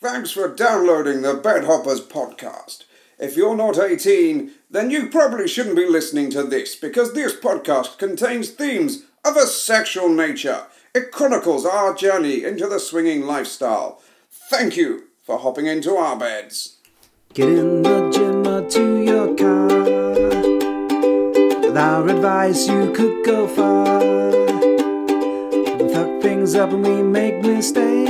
Thanks for downloading the Bed Hoppers podcast. If you're not 18, then you probably shouldn't be listening to this because this podcast contains themes of a sexual nature. It chronicles our journey into the swinging lifestyle. Thank you for hopping into our beds. Get in the gym or to your car. With our advice, you could go far. We fuck things up and we make mistakes.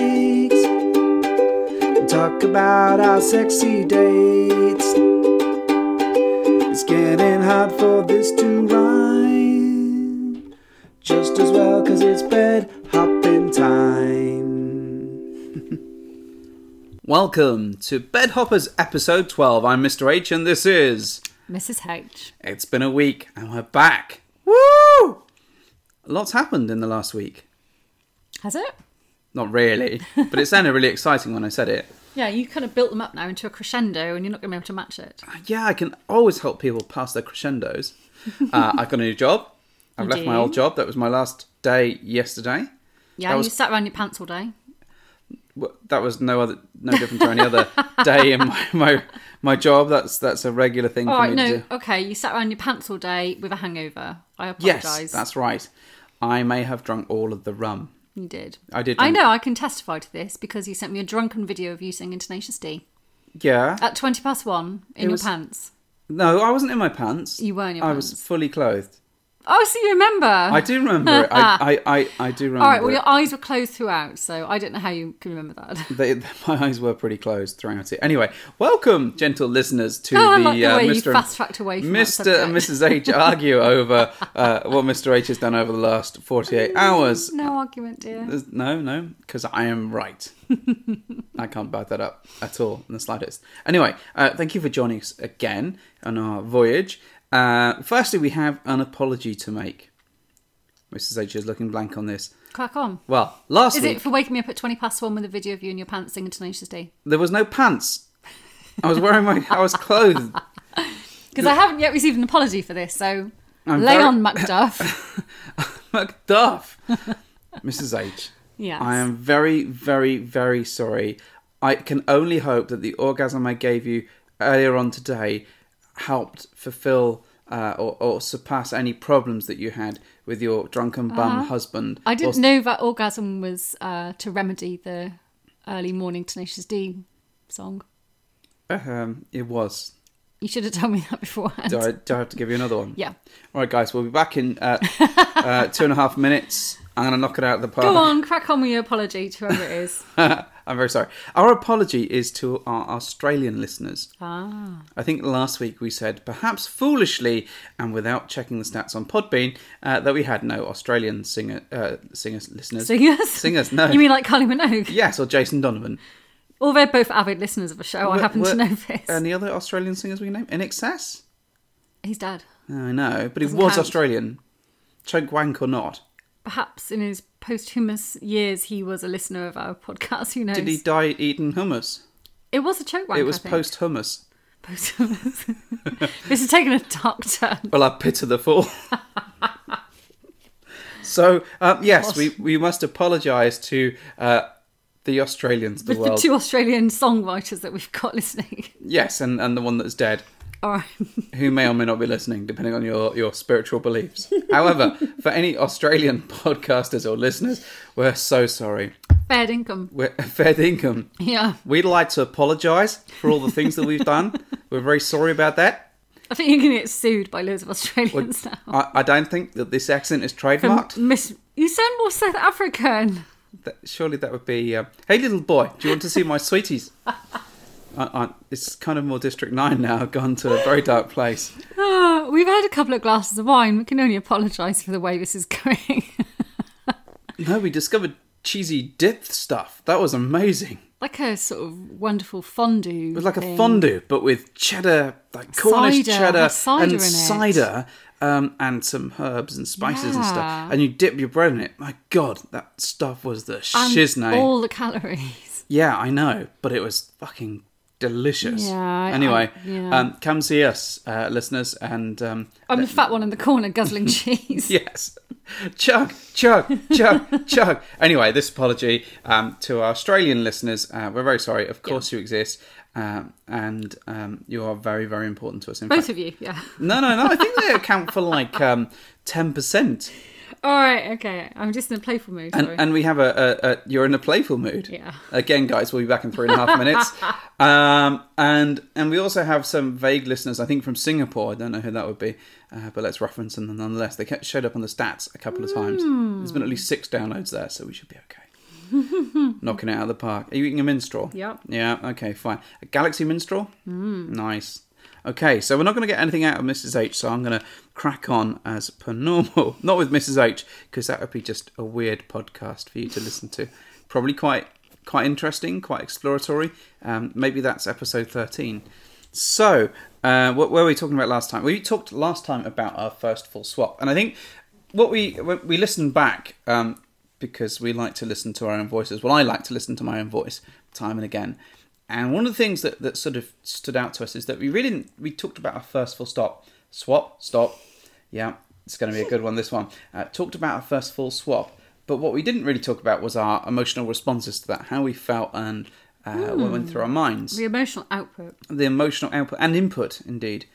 And talk about our sexy dates. It's getting hard for this to rhyme. Just as well, cause it's bed hopping time. Welcome to Bed Hoppers episode 12. I'm Mr. H and this is Mrs. H. It's Been a Week and we're back. Woo! Lots happened in the last week. Has it? Not really, but it sounded really exciting when I said it. Yeah, you kind of built them up now into a crescendo and you're not going to be able to match it. Yeah, I can always help people pass their crescendos. Uh, I've got a new job. I've You left my do? old job. That was my last day yesterday. That Yeah, and was- you sat around your pants all day. Wh- That was no other, no different to any other day in my, my my job. That's that's a regular thing All for right, me to no, do. okay, you sat around your pants all day with a hangover. I apologise. Yes, that's right. I may have drunk all of the rum. You did. I did I drink- know, I can testify to this because you sent me a drunken video of you singing Tenacious D Yeah. at 20 past one in your was- pants. No, I wasn't in my pants. You were in your I was pants. fully clothed. Oh, so you remember. I do remember it. I, I, I, I do remember. all right, well, it. your eyes were closed throughout, so I don't know how you can remember that. They, my eyes were pretty closed throughout it. Anyway, welcome, gentle listeners, to Oh, I the, like the uh, way you Mr. fast-tracked away from that Mr. and subject. Mrs. H argue over uh, what Mr. H has done over the last forty-eight hours. no argument, dear. There's- No, no, because I am right. I can't back that up at all in the slightest. Anyway, uh, thank you for joining us again on our voyage. Uh, firstly, we have an apology to make. Mrs. H is looking blank on this. Crack on. Well, last Is week it for waking me up at 20 past one with a video of you in your pants singing Tenacious D? there was no pants. I was wearing my. I was clothed. Because I haven't yet received an apology for this, so I'm lay very- on, Macduff. Macduff. Mrs. H. Yes. I am very, very, very sorry. I can only hope that the orgasm I gave you earlier on today helped fulfill uh, or, or surpass any problems that you had with your drunken bum husband. Uh-huh. I Or- didn't know that orgasm was uh, to remedy the early morning Tenacious D song. Um, it was. You should have told me that beforehand. Do I, do I have to give you another one? Yeah. All right, guys, we'll be back in uh, uh, two and a half minutes. I'm going to knock it out of the park. Go on, crack on with your apology to whoever it is. I'm very sorry. Our apology is to our Australian listeners. ah. I think last week we said, perhaps foolishly and without checking the stats on Podbean, uh, that we had no Australian singer uh, singers listeners. Singers? Singers, no. You mean like Carly Minogue? yes, or Jason Donovan. Or they're both avid listeners of a show. I Were- happen were to know this. Any other Australian singers we can name? In excess? He's dead. I know, but he Doesn't was count. Australian. Chug wank or not? Perhaps in his posthumous years, he was a listener of our podcast. Who knows? Did he die eating hummus? It was a choke wank. it was I think. post hummus. Posthumous. this is taking a dark turn. Well, I pity the fool. so um, yes, we, we must apologise to uh, the Australians, the With world. the two Australian songwriters that we've got listening. Yes, and, and the one that's dead, All right. who may or may not be listening, depending on your, your spiritual beliefs. However, for any Australian podcasters or listeners, we're so sorry. Fair income. We're fair income. Yeah. We'd like to apologise for all the things that we've done. We're very sorry about that. I think you're going to get sued by loads of Australians now. I, I don't think that this accent is From trademarked. Miss, you sound more South African. That, surely that would be, uh, hey little boy, do you want to see my sweeties? I, I, it's kind of more District 9 now, gone to a very dark place. Ah, we've had a couple of glasses of wine. We can only apologise for the way this is going. No, we discovered cheesy dip stuff. That was amazing. like a sort of wonderful fondue. It was like a thing. fondue, but with cheddar, like Cornish Cider, cheddar had cider and in it. cider, um, and some herbs and spices and stuff. Yeah. And you dip your bread in it. My God, that stuff was the And shiznay. all the calories. Yeah, I know, but it was fucking delicious. Yeah, I- anyway, I- yeah. um, come see us, uh, listeners, and um, I'm the fat one in the corner guzzling cheese. yes, chug, chug, chug, chug. Anyway, this apology um, to our Australian listeners. Uh, we're very sorry. Of course, you exist. Um, and um, you are very, very important to us. In Both fact, of you, yeah. no, no, no. I think they account for like um, ten percent, All right, okay. I'm just in a playful mood. and sorry. and we have a, a, a you're in a playful mood. Yeah. Again, guys, we'll be back in three and a half minutes. Um, and and we also have some vague listeners. I think from Singapore. I don't know who that would be, uh, but let's reference them nonetheless. They kept, showed up on the stats a couple of times. There's Hmm. been at least six downloads there, so we should be okay. Knocking it out of the park. Are you eating a minstrel? Yep. Yeah. Okay. Fine. A galaxy minstrel. Mm. Nice. Okay, so we're not going to get anything out of Mrs. H, so I'm going to crack on as per normal. Not with Mrs. H, because that would be just a weird podcast for you to listen to. Probably quite quite interesting, quite exploratory. Um, maybe that's episode 13. So, uh, what were we talking about last time? We talked last time about our first full swap, and I think what we we- we listened back um, because we like to listen to our own voices. Well, I like to listen to my own voice time and again. And one of the things that, that sort of stood out to us is that we really didn't, we talked about our first full stop, swap, stop. Yeah, it's going to be a good one. This one uh, talked about our first full swap, but what we didn't really talk about was our emotional responses to that, how we felt and uh, what went through our minds the emotional output. the emotional output and input indeed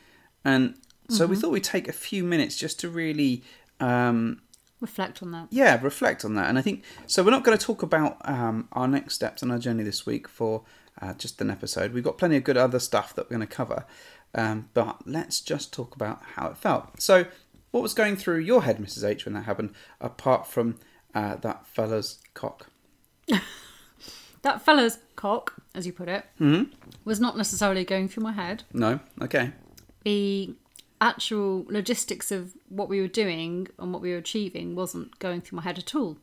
and so we thought we'd take a few minutes just to really um Reflect on that. yeah reflect on that and i think so we're not going to talk about um our next steps on our journey this week for uh, just an episode we've got plenty of good other stuff that we're going to cover um but let's just talk about how it felt so what was going through your head mrs h when that happened apart from uh, that fella's cock That fella's cock, as you put it, was not necessarily going through my head. no okay The actual logistics of what we were doing and what we were achieving wasn't going through my head at all.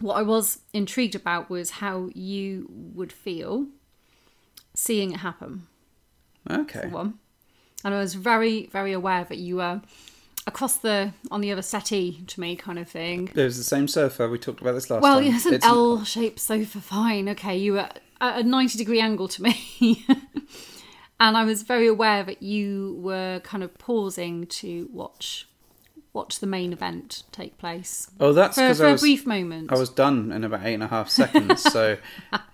What I was intrigued about was how you would feel seeing it happen. okay one. And I was very, very aware that you were across the on the other settee to me kind of thing. there's the same sofa we talked about this last Well, time yes, an It's- L shaped sofa, fine. Okay, you were at a 90 degree angle to me. and I was very aware that you were kind of pausing to watch watch the main event take place. oh that's For, because for i a was brief moment. I was done in about eight and a half seconds. so,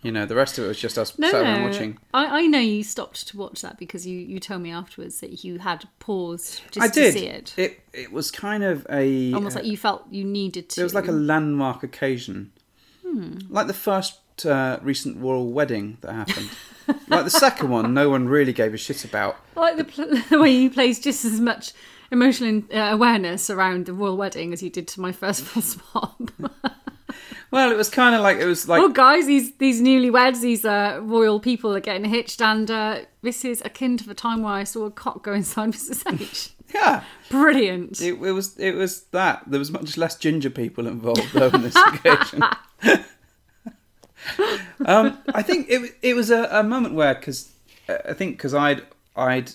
you know, the rest of it was just us sat around watching. I, I know you stopped to watch that because you, you told me afterwards that you had paused just I did. to see it. it it was kind of a Almost like you felt you needed to. it was like a landmark occasion, Hmm. like the first uh, recent royal wedding that happened. like the second one, no one really gave a shit about. I like the, pl- the way you placed just as much emotional in- uh, awareness around the royal wedding as you did to my first full swap. Well, it was kind of like it was like oh, guys, these these newlyweds, these uh, royal people are getting hitched, and uh, this is akin to the time where I saw a cock go inside Mrs H. yeah, Brilliant. it, it was it was that there was much less ginger people involved though in this occasion. um, I think it it was a, a moment where because I think because I'd I'd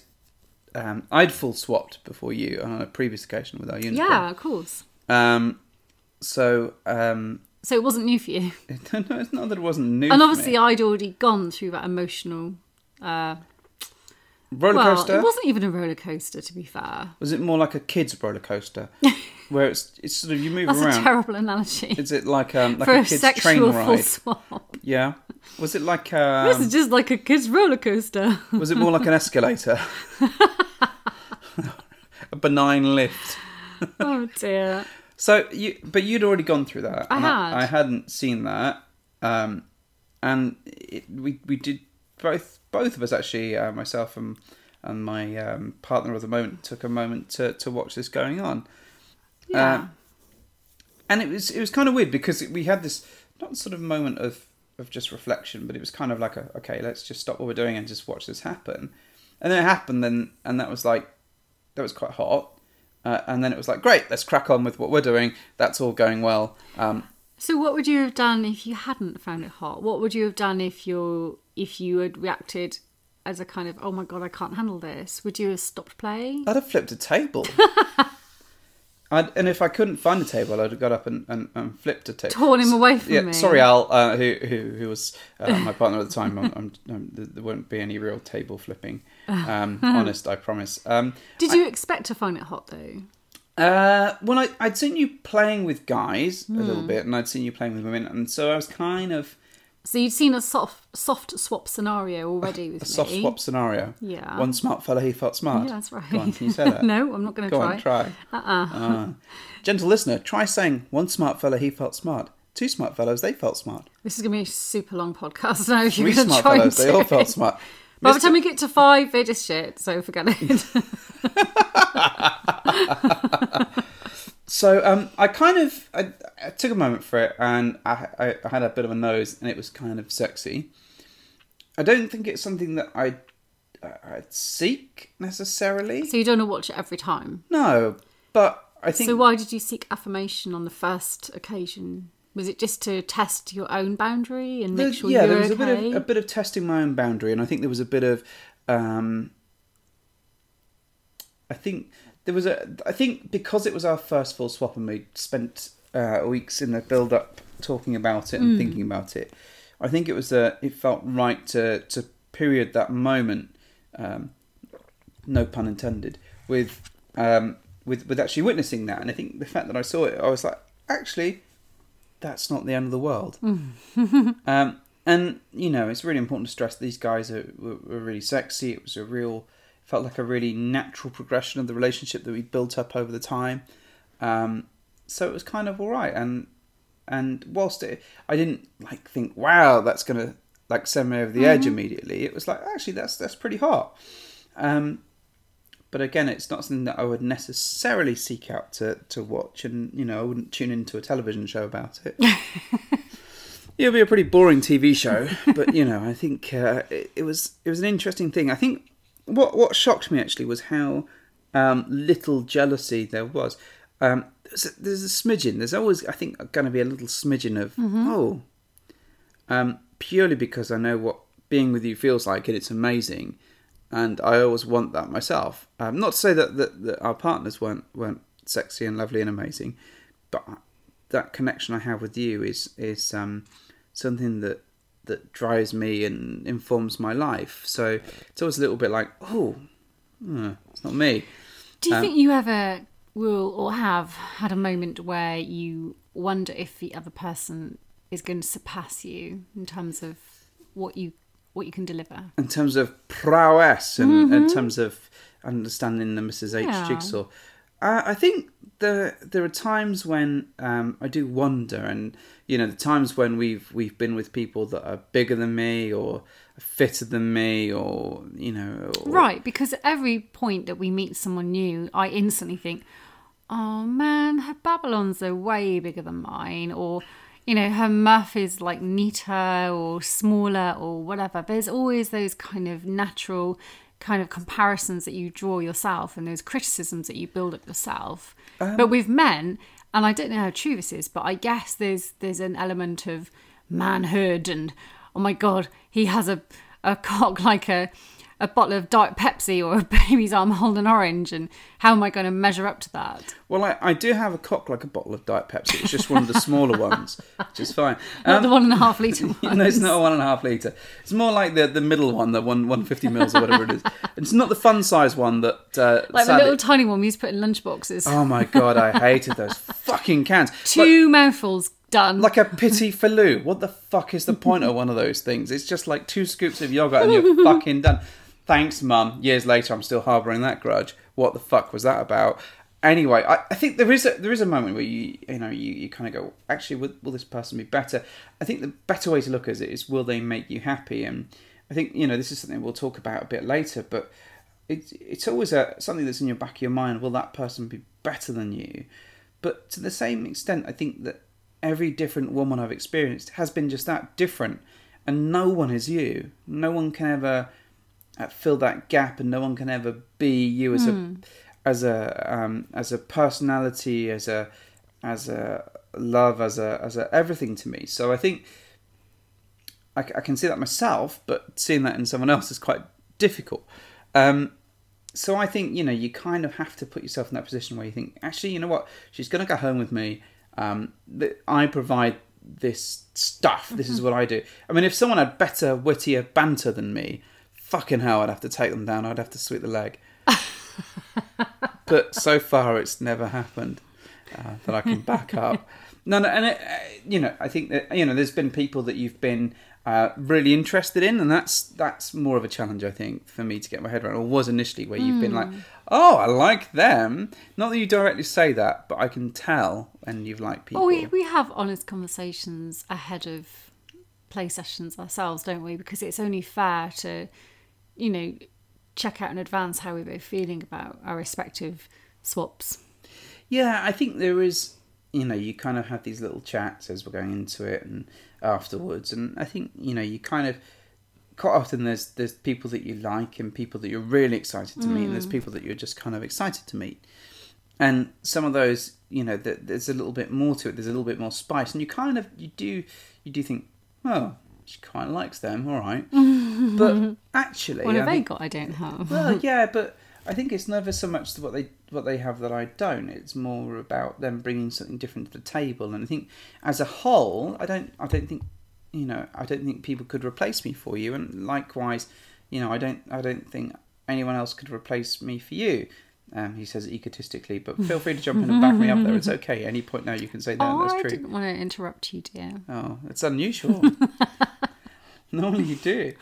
um, I'd full swapped before you on a previous occasion with our unicorn. Yeah, of course. Um, so um, So it wasn't new for you, it, no, it's not that it wasn't new. and for obviously me. I'd already gone through that emotional. Uh, roller well, coaster it wasn't even a roller coaster, to be fair. was it more like a kids roller coaster where it's it's sort of you move That's a around. terrible analogy is it like um like for a a, kids train sexual full ride? swap. Yeah. Was it like um, This is just like a kid's roller coaster. Was it more like an escalator? a benign lift. oh dear. So you, but you'd already gone through that. I and had. I, hadn't seen that, um, and it, we we did both both of us actually, uh, myself and and my um, partner of the moment took a moment to to watch this going on. Yeah. Um, and it was it was kind of weird because we had this not sort of moment of of just reflection, but it was kind of like a okay, let's just stop what we're doing and just watch this happen. And then it happened, then and that was like that was quite hot. Uh, and then it was like great, let's crack on with what we're doing. That's all going well. Um, so what would you have done if you hadn't found it hot? What would you have done if you if you had reacted as a kind of oh my god I can't handle this? Would you have stopped playing? I'd have flipped a table. I'd, and if I couldn't find a table, I'd have got up and, and, and flipped a table. Torn him away from yeah, me. Sorry, Al, uh, who, who who was uh, my partner at the time. I'm, I'm, I'm, there there won't be any real table flipping. Um, Hmm. honest, I promise. Um, Did you expect to find it hot though? uh, well, I, I'd seen you playing with guys a Hmm. little bit, and I'd seen you playing with women, and so I was kind of So you'd seen a soft soft swap scenario already with a me. soft swap scenario. Yeah. One smart fella, he felt smart. Yeah, that's right. Go on, can you say that? no, I'm not going to Go try. on, try. Uh-uh. Gentle listener, try saying one smart fella, he felt smart. Two smart fellows, they felt smart. This is going to be a super long podcast now. If you're Three going to smart try and fellows, they all do felt it. smart. By the Mr. time we get to five, it is shit. So forget it. So um, I kind of I, I took a moment for it, and I, I, I had a bit of a nose, and it was kind of sexy. I don't think it's something that I I'd seek necessarily. so you don't want to watch it every time. No, but I think So why did you seek affirmation on the first occasion? Was it just to test your own boundary and make There- sure yeah, you're there was okay? a bit of a bit of testing my own boundary, and I think there was a bit of, um, I think there was a, I think because it was our first full swap, and we spent uh, weeks in the build up talking about it Hmm. and thinking about it, I think it was a, it felt right to to period that moment, um, no pun intended, with um, with with actually witnessing that, and I think the fact that I saw it, I was like, actually. That's not the end of the world. Um, and you know, it's really important to stress these guys are, were, were really sexy. It was a real, felt like a really natural progression of the relationship that we built up over the time. Um, so it was kind of all right. And and whilst it, I didn't like think, wow, that's gonna like send me over the edge immediately. It was like actually, that's that's pretty hot. Um, but again, it's not something that I would necessarily seek out to, to watch, and you know, I wouldn't tune into a television show about it. It'll be a pretty boring TV show, but you know, I think uh, it, it was it was an interesting thing. I think what what shocked me actually was how um, little jealousy there was. Um, there's, a, there's a smidgen. There's always I think going to be a little smidgen of oh, um, purely because I know what being with you feels like and it's amazing, and I always want that myself. Um, not to say that, that that our partners weren't weren't sexy and lovely and amazing, but I- that connection I have with you is is um, something that that drives me and informs my life. So it's always a little bit like, oh, hmm, it's not me. Do Uh, you think you ever will or have had a moment where you wonder if the other person is going to surpass you in terms of what you what you can deliver? in terms of prowess and in terms of understanding the Mrs. H Mm-hmm. Yeah. jigsaw. Uh, I think there there are times when um, I do wonder, and you know, the times when we've we've been with people that are bigger than me or fitter than me, or you know, or, Right, because at every point that we meet someone new, I instantly think, "Oh man, her Babylons are way bigger than mine," or you know, her muff is like neater or smaller or whatever. There's always those kind of natural kind of comparisons that you draw yourself and those criticisms that you build up yourself. but with men, and I don't know how true this is, but I guess there's there's an element of manhood and oh my god, he has a a cock like a a bottle of Diet Pepsi or a baby's arm holding an orange, and how am I going to measure up to that? Well, I, I do have a cock like a bottle of Diet Pepsi. It's just one of the smaller ones, which is fine. Not the one and a half litre one. Um, no, it's not a one and a half liter. It's more like the the middle one, the one one fifty mils or whatever it is. It's not the fun size one that uh, like the sadly- little tiny one we used to put in lunchboxes. Oh my god, I hated those fucking cans. Like, Two mouthfuls done. like a pity fallou. What the fuck is the point of one of those things? It's just like two scoops of yogurt and you're fucking done. Thanks, mum. Years later, I'm still harbouring that grudge. What the fuck was that about? Anyway, I, I think there is a there is a moment where you you know you, you kind of go actually will, will this person be better? I think the better way to look at it is will they make you happy? And I think you know this is something we'll talk about a bit later, but it's it's always a something that's in your back of your mind. Will that person be better than you? But to the same extent, I think that every different woman I've experienced has been just that different, and no one is you. No one can ever uh, fill that gap, and no one can ever be you as a as a um, as a personality, as a as a love, as a as a everything to me. So I think I, c- I can see that myself, but seeing that in someone else is quite difficult. Um, so I think you know you kind of have to put yourself in that position where you think actually you know what she's going to go home with me. Um, th- I provide this stuff. This is what I do. I mean, if someone had better, wittier banter than me, fucking hell, I'd have to take them down. I'd have to sweep the leg. but so far, it's never happened uh, that I can back up. No, no, and it, uh, you know, I think that you know, there's been people that you've been uh, really interested in, and that's that's more of a challenge, I think, for me to get my head around, or was initially, where you've been like, oh, I like them. Not that you directly say that, but I can tell, and you've liked people. Well, Oh, we, we have honest conversations ahead of play sessions ourselves, don't we? Because it's only fair to, you know, check out in advance how we're both feeling about our respective swaps. Yeah, I think there is. You know, you kind of have these little chats as we're going into it and afterwards, and I think you know you kind of quite often there's there's people that you like and people that you're really excited to meet, and there's people that you're just kind of excited to meet. And some of those, you know, th there's a little bit more to it. There's a little bit more spice, and you kind of you do you do think, oh, she quite likes them, all right. but actually, What have I they think- got? I don't have. well, yeah, but I think it's never so much what they what they have that I don't. It's more about them bringing something different to the table. And I think, as a whole, I don't I don't think you know I don't think people could replace me for you. And likewise, you know I don't I don't think anyone else could replace me for you. Um, he says egotistically, but feel free to jump in and back me up there. It's okay. Any point now you can say that. oh, that's I true. didn't want to interrupt you, dear. Oh, it's unusual. Normally you do.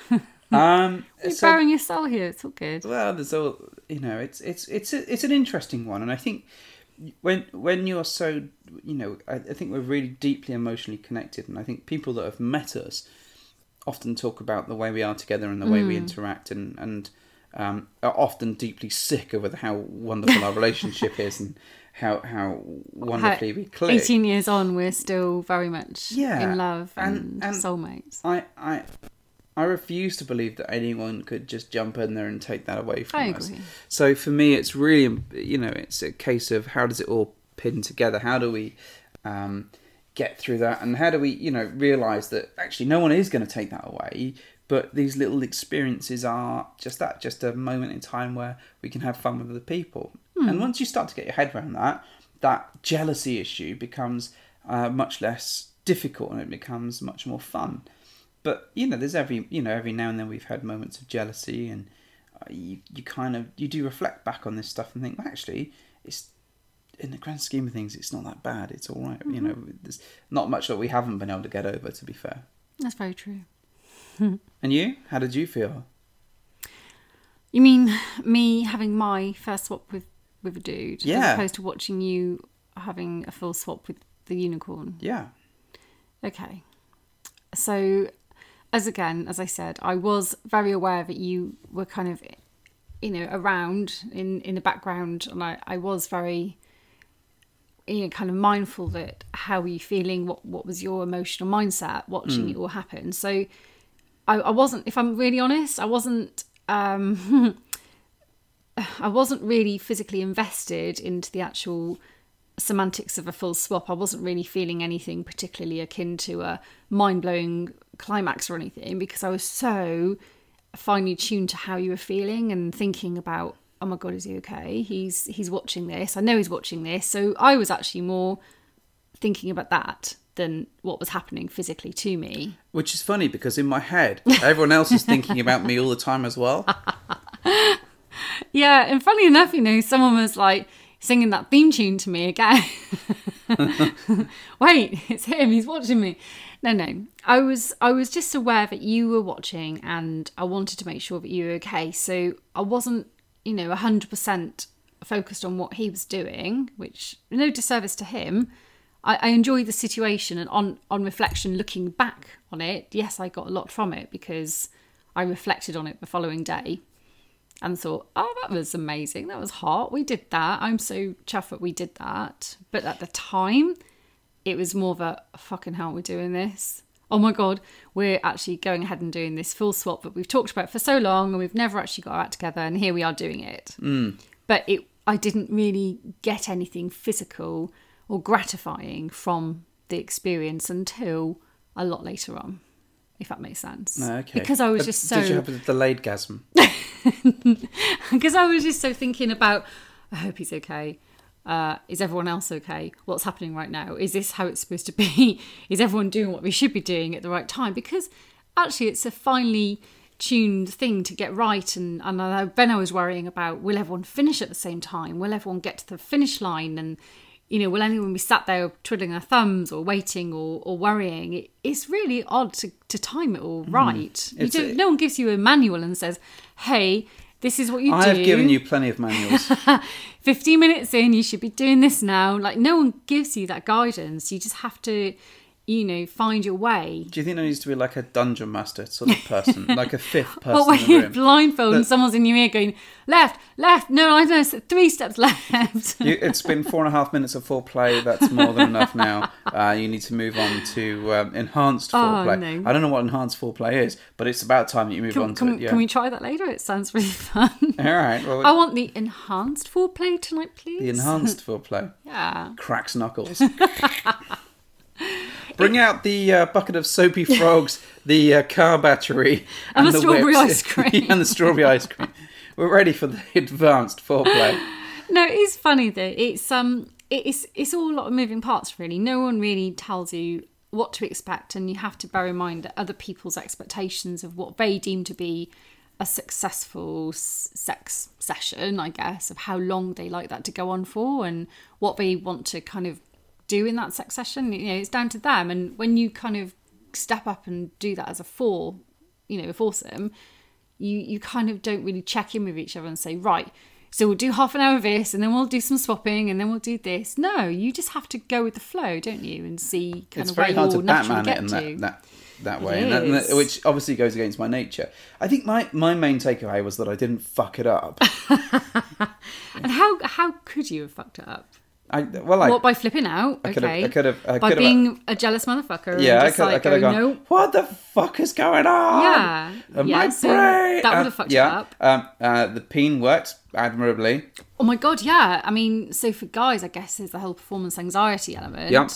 Um, You're so- bearing your soul here. It's all good. well, there's all you know. It's it's it's a, it's an interesting one, and I think when when you are so you know, I, I think we're really deeply emotionally connected, and I think people that have met us often talk about the way we are together and the way we interact, and and um, are often deeply sick over how wonderful our relationship is and how how wonderfully we click. Eighteen years on, we're still very much Yeah, in love and, and- and- soulmates. I I I refuse to believe that anyone could just jump in there and take that away from I us. agree. So for me, it's really you know it's a case of how does it all pin together? How do we um, get through that? And how do we you know realize that actually no one is going to take that away? But these little experiences are just that, just a moment in time where we can have fun with other people. Hmm. And once you start to get your head around that, that jealousy issue becomes uh, much less difficult and it becomes much more fun but you know there's every you know every now and then we've had moments of jealousy and uh, you you kind of you do reflect back on this stuff and think well, actually it's in the grand scheme of things it's not that bad it's all right. you know there's not much that we haven't been able to get over to be fair That's very true. and you how did you feel You mean me having my first swap with with a dude, as Yeah. opposed to watching you having a full swap with the unicorn? yeah Okay. So, as again, as I said, I was very aware that you were kind of, you know, around in in the background, and I I was very, you know, kind of mindful that how were you feeling, what what was your emotional mindset watching it all happen. So, I, I wasn't, if I'm really honest, I wasn't. um I wasn't really physically invested into the actual semantics of a full swap. I wasn't really feeling anything particularly akin to a mind blowing climax or anything because I was so finely tuned to how you were feeling and thinking about, oh my god, is he okay? He's he's watching this. I know he's watching this. So I was actually more thinking about that than what was happening physically to me. which is funny because in my head everyone else is thinking about me all the time as well Yeah, and funny enough, you know, someone was like singing that theme tune to me again. Wait, it's him. He's watching me. No, no. I was I was just aware that you were watching, and I wanted to make sure that you were okay. So I wasn't, you know, hundred percent focused on what he was doing, which no disservice to him. I, I enjoyed the situation, and on on reflection, looking back on it, yes, I got a lot from it because I reflected on it the following day and thought, oh, that was amazing. That was hot. We did that. I'm so chuffed that we did that. But at the time, it was more of a fucking hell, we're doing this. Oh my God, we're actually going ahead and doing this full swap that we've talked about for so long and we've never actually got our act together. And here we are doing it. Mm. But it, I didn't really get anything physical or gratifying from the experience until a lot later on, if that makes sense. okay Because I was Uh, just so. did you have a delayed gasm because I was just so thinking about, I hope he's okay. Uh, is everyone else okay? What's happening right now? Is this how it's supposed to be? Is everyone doing what we should be doing at the right time? Because actually, it's a finely tuned thing to get right. And, and I know Benno was worrying about will everyone finish at the same time? Will everyone get to the finish line? And, you know, will anyone be sat there twiddling their thumbs or waiting or, or worrying? It, it's really odd to, to time it all right. You Mm. It's don't, a- no one gives you a manual and says, hey, this is what you do. I have given you plenty of manuals. 15 minutes in, you should be doing this now. Like, no one gives you that guidance. You just have to, you know, find your way. Do you think there needs to be like a dungeon master sort of person, like a fifth person But when in the you're room? blindfolded and That- someone's in your ear going, left, left, no, I don't know, three steps left. you, it's been four and a half minutes of foreplay. That's more than enough now. Uh, you need to move on to um, enhanced foreplay. Oh, no. I don't know what enhanced foreplay is, but it's about time that you move on Can, to can- it. Yeah. can we Oh, try that later? It sounds really fun. All right. Well, I want the enhanced foreplay tonight, please. the enhanced foreplay Yeah. cracks knuckles. Bring out the uh, bucket of soapy frogs, the uh, car battery, And the the strawberry whips. ice cream. and the strawberry ice cream. We're ready for the advanced foreplay. No, it is funny though. It's um, it- it's it's all a lot of moving parts really. No one really tells you what to expect, and you have to bear in mind that other people's expectations of what they deem to be a successful s- sex session, I guess, of how long they like that to go on for, and what they want to kind of do in that sex session. You know, it's down to them. And when you kind of step up and do that as a four, you know, a foursome, you you kind of don't really check in with each other and say, right, so we'll do half an hour of this, and then we'll do some swapping, and then we'll do this. No, you just have to go with the flow, don't you, and see kind it's of very where hard you to all naturally Batman get it in to. that, that that It way, and that, and that- is. which obviously goes against my nature. I think my my main takeaway was that I didn't fuck it up. And how how could you have fucked it up? I well, I what by flipping out? I could've- okay, I could've- I by could've- being a jealous motherfucker. yeah, and I just could, I like could have going, gone. "Nope." What the fuck is going on? Yeah, And yeah, my so brain. that Uh, would've fucked it yeah, up. Um, uh, the peen worked admirably. Oh my god, yeah. I mean, so for guys, I guess there's the whole performance anxiety element. Yep.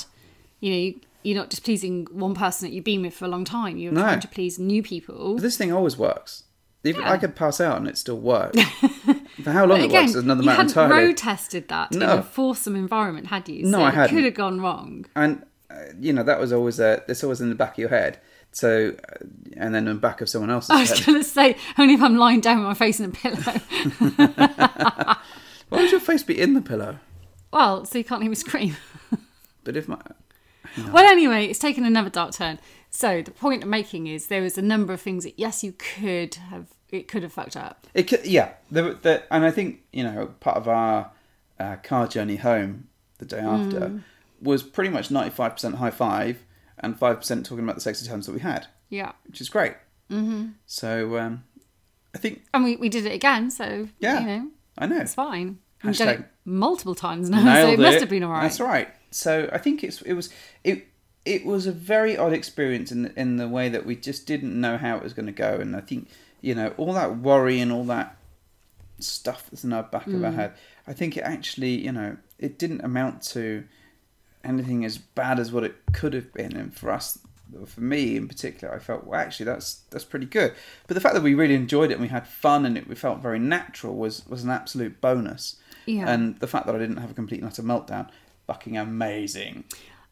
You know, you, you're not just pleasing one person that you've been with for a long time. You're No. trying to please new people. But this thing always works. Even Yeah. I could pass out and it still works. For how long But it works again, is another you matter hadn't entirely. road tested that No. in a foursome environment, had you? No, so I It hadn't. could have gone wrong. and uh, you know that was always uh, it's always in the back of your head. So, uh, and then in the back of someone else's I was head. going to say, only if I'm lying down with my face in a pillow. Why would your face be in the pillow? well, so you can't hear me scream. But if my Well, anyway, it's taken another dark turn. So the point I'm making is there was a number of things that, yes, you could have, it could have fucked up. it could, yeah, the, the, and I think you know part of our uh, car journey home the day Hmm. after was pretty much ninety five percent high five and five percent talking about the sexy times that we had, Yeah. which is great. Mm-hmm. So um, I think And we, we did it again, so yeah, you know, I know it's fine. We've done Hashtag- it multiple times now, so Nailed it, must have been alright. That's right. So I think it's it was it it was a very odd experience in in the way that we just didn't know how it was going to go, and I think you know all that worry and all that stuff that's in our back Mm. of our head. I think it actually you know it didn't amount to anything as bad as what it could have been, and for us. For me in particular, I felt well. Actually, that's that's pretty good. But the fact that we really enjoyed it and we had fun and it we felt very natural was was an absolute bonus. Yeah. And the fact that I didn't have a complete and utter meltdown, fucking amazing.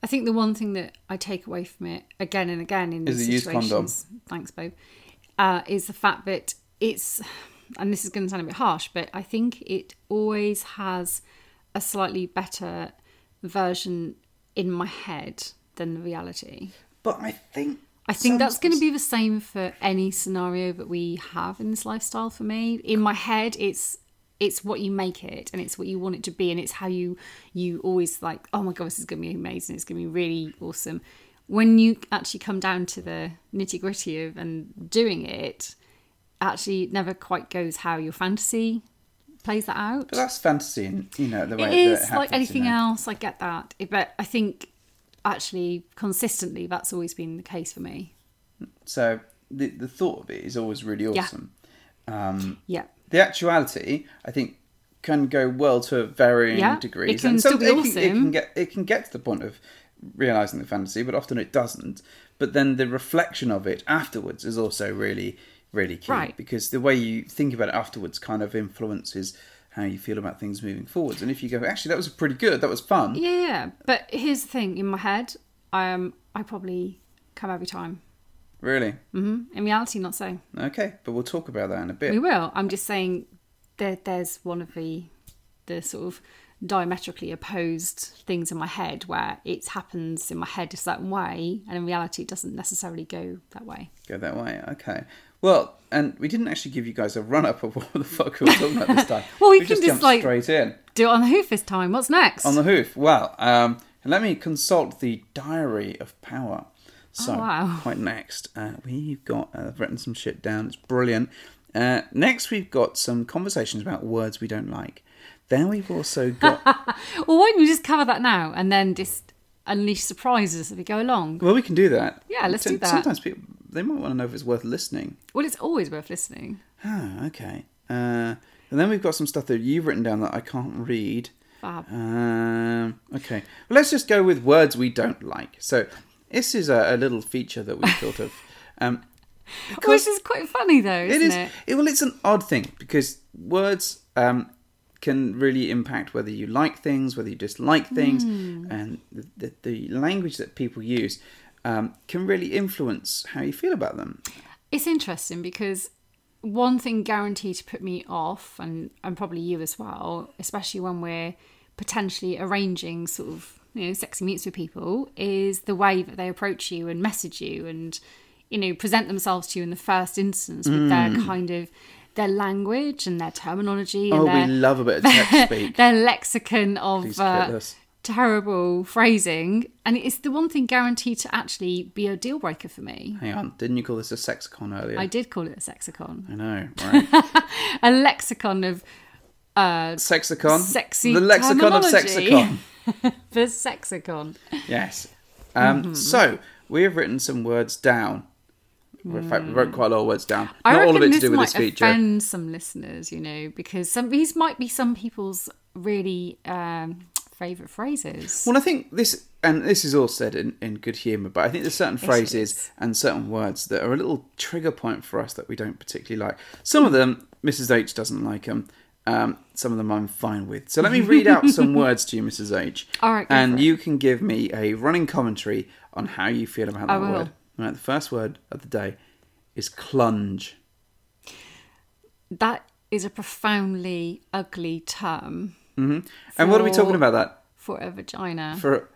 I think the one thing that I take away from it again and again in Is these the used condom. situations, thanks, Bo, uh, is the fact that it's, and this is going to sound a bit harsh, but I think it always has a slightly better version in my head than the reality. But I think I think that's going to be the same for any scenario that we have in this lifestyle for me. In my head, it's it's what you make it and it's what you want it to be and it's how you you always like, oh my god, this is going to be amazing. It's going to be really awesome. When you actually come down to the nitty-gritty of and doing it, actually it never quite goes how your fantasy plays that out. But that's fantasy, and you know the way It that is it happens, like anything you know. else. I get that, but I think actually consistently that's always been the case for me. So the the thought of it is always really awesome. Um, Yeah. the actuality, I think, can go well to varying Yeah, it degrees. can and still be it can- it awesome. can get it can get to the point of realizing the fantasy, but often it doesn't. But then the reflection of it afterwards is also really really key Right. because the way you think about it afterwards kind of influences how you feel about things moving forwards. And if you go, actually, that was pretty good, that was fun. Yeah, yeah. But here's the thing in my head, um, I probably come every time. Mm-hmm. Really? In reality, not so. Okay, but we'll talk about that in a bit. We will. I'm just saying there, there's one of the the sort of diametrically opposed things in my head where it happens in my head a certain way and in reality it doesn't necessarily go that way. Go that way. Okay. Well, and we didn't actually give you guys a run up of what the fuck we were talking about this time. Well, we We've can just just, jumped like- straight in. Do it on the hoof this time. What's next? On the hoof. Well, um, let me consult the Diary of Power. So, Oh, wow. quite next, uh, we've got, uh, I've written some shit down. It's brilliant. Uh, next, we've got some conversations about words we don't like. Then we've also got, well, why don't we just cover that now and then just unleash surprises as we go along? well, we can do that. Yeah, let's Some- do that. Sometimes people, they might want to know if it's worth listening. Well, it's always worth listening. Oh, okay. Uh, and then we've got some stuff that you've written down that I can't read. Fab. Um, okay. Well, let's just go with words we don't like. So this is a, a little feature that we thought of. Um, Which is quite funny though, isn't it it? is. it- well, it's an odd thing because words um, can really impact whether you like things, whether you dislike things, Hmm. and the, the, the language that people use um, can really influence how you feel about them. It's interesting because one thing guaranteed to put me off, and, and probably you as well, especially when we're potentially arranging sort of you know sexy meets with people, is the way that they approach you and message you and you know present themselves to you in the first instance with their kind of their language and their terminology. Hmm. Oh, and their, we love a bit of text speak. their lexicon of Please uh, kill us. terrible phrasing, and it's the one thing guaranteed to actually be a deal breaker for me. Hang on, didn't you call this a sexicon earlier? I Uh, did call it a sexicon, I know, right? a lexicon of uh, Sexicon. Sexy The lexicon of terminology. sexicon. the sexicon. Yes. Um, Mm-hmm. So we have written some words down. In fact, we wrote quite a lot of words down. I Not all of reckon it to this do with might this feature. offend some listeners, you know, because some these might be some people's really um, favorite phrases. Well, I think this, and this is all said in, in good humour, but I think there's certain phrases and certain words that are a little trigger point for us that we don't particularly like. Some of them, Mrs. H doesn't like them. Um, some of them I'm fine with. So let me read out some words to you, Mrs. H. All right, go And for it. you can give me a running commentary on how you feel about that will. word. All right, the first word of the day is clunge. That is a profoundly ugly term And what are we talking For- about that? for a vagina. For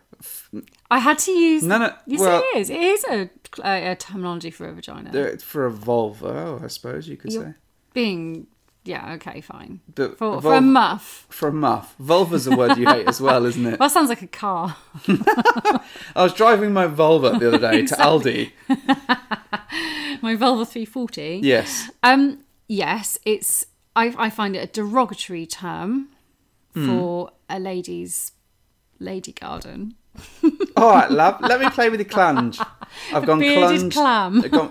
I had to use. No, no, Yes, well- it is. It is a, a, a terminology for a vagina. uh, for a vulva, oh, I suppose you could say. You're being. Yeah, okay, fine. But for, a for vulva- a muff. For a muff. Vulva's a word you hate as well, isn't it? Well, that sounds like a car. I was driving my Volvo the other day to Aldi. My Volvo 340. Yes. Um, yes, it's. I, I find it a derogatory term Hmm. for a lady's lady garden. All right, love. Let me play with the clunge. I've gone Bearded clunge. clam. I've gone...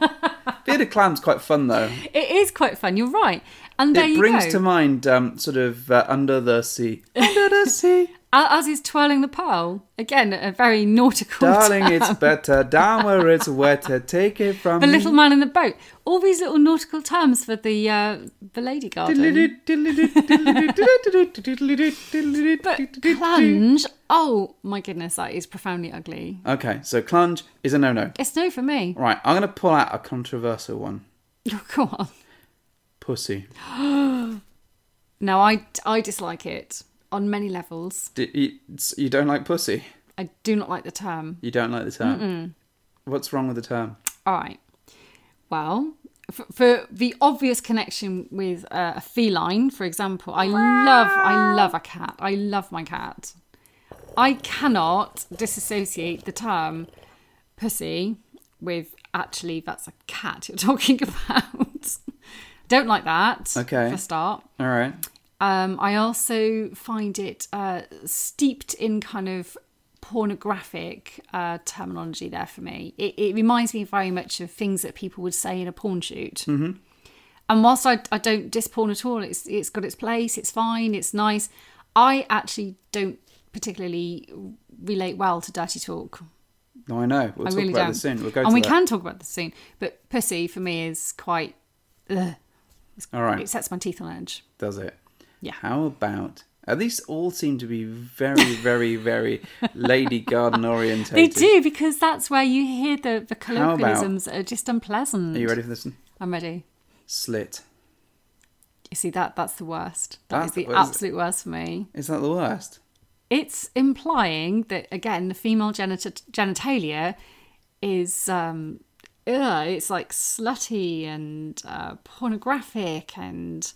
Bearded clam's quite fun though. It is quite fun. You're right, and there it you brings go. to mind um, sort of uh, under the sea. Under the sea, A- As is twirling the pearl. Again, a very nautical. darling, term. it's better down where it's wetter. Take it from the me. little man in the boat. All these little nautical terms for the uh, the lady garden. But plunge. Oh my goodness, that is profoundly ugly. Okay, so clunge is a no-no. It's no for me. Right, I'm going to pull out a controversial one. Go on. Pussy. No, I I dislike it on many levels. D- you, you don't like pussy. I do not like the term. You don't like the term. What's wrong with the term? All right. Well, for, for the obvious connection with uh, a feline, for example, I love I love a cat. I love my cat. I cannot disassociate the term pussy with actually that's a cat you're talking about. Don't like that. Okay. For a start. All right. Um, I also find it uh, steeped in kind of pornographic uh, terminology there for me. It, it reminds me very much of things that people would say in a porn shoot. Mm-hmm. And whilst I, I don't diss porn at all, it's it's got its place, it's fine, it's nice. I actually don't particularly relate well to dirty talk. No, I know. We'll I talk really about don't. this soon. We'll go and to we that. can talk about this soon. But pussy for me is quite Ugh. It's- All right. It sets my teeth on edge. does it? Yeah. How about? uh, These all seem to be very, very, very lady garden orientated. They do because that's where you hear the, the How about- colloquialisms that are just unpleasant. Are you ready for this? one? I'm ready. Slit. You see that that's the worst. That's that's the the worst. absolute worst for me. Is that the worst? It's implying that again the female genita- genitalia is um ugh, it's like slutty and uh, pornographic and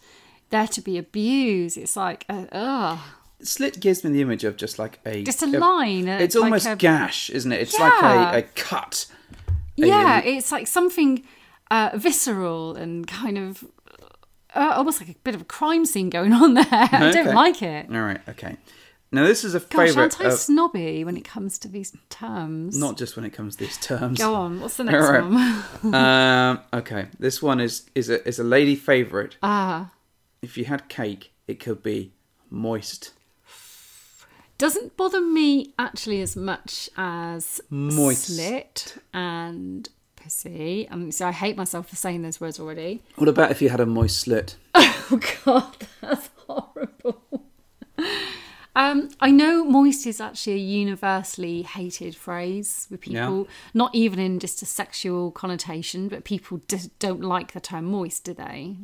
there to be abused. It's like uh, ugh. Slit gives me the image of just like a Just a line, a- It's like almost a- gash, isn't it? It's Yeah. like a, a cut. A- Yeah, it's like something uh, visceral and kind of uh, almost like a bit of a crime scene going on there. I Okay. don't like it. All right. Okay. Now this is a Gosh, favorite. uh, aren't I snobby when it comes to these terms? not just when it comes to these terms. Go on. What's the next All right. one? um, okay, this one is is a is a lady favorite. Ah, If you had cake, it could be moist. doesn't bother me actually as much as Moist. slit and pussy. And so I hate myself for saying those words already. What about if you had a moist slit? Oh god, that's horrible. Um, I know moist is actually a universally hated phrase with Yeah. people, not even in just a sexual connotation, but people just don't like the term moist, do they?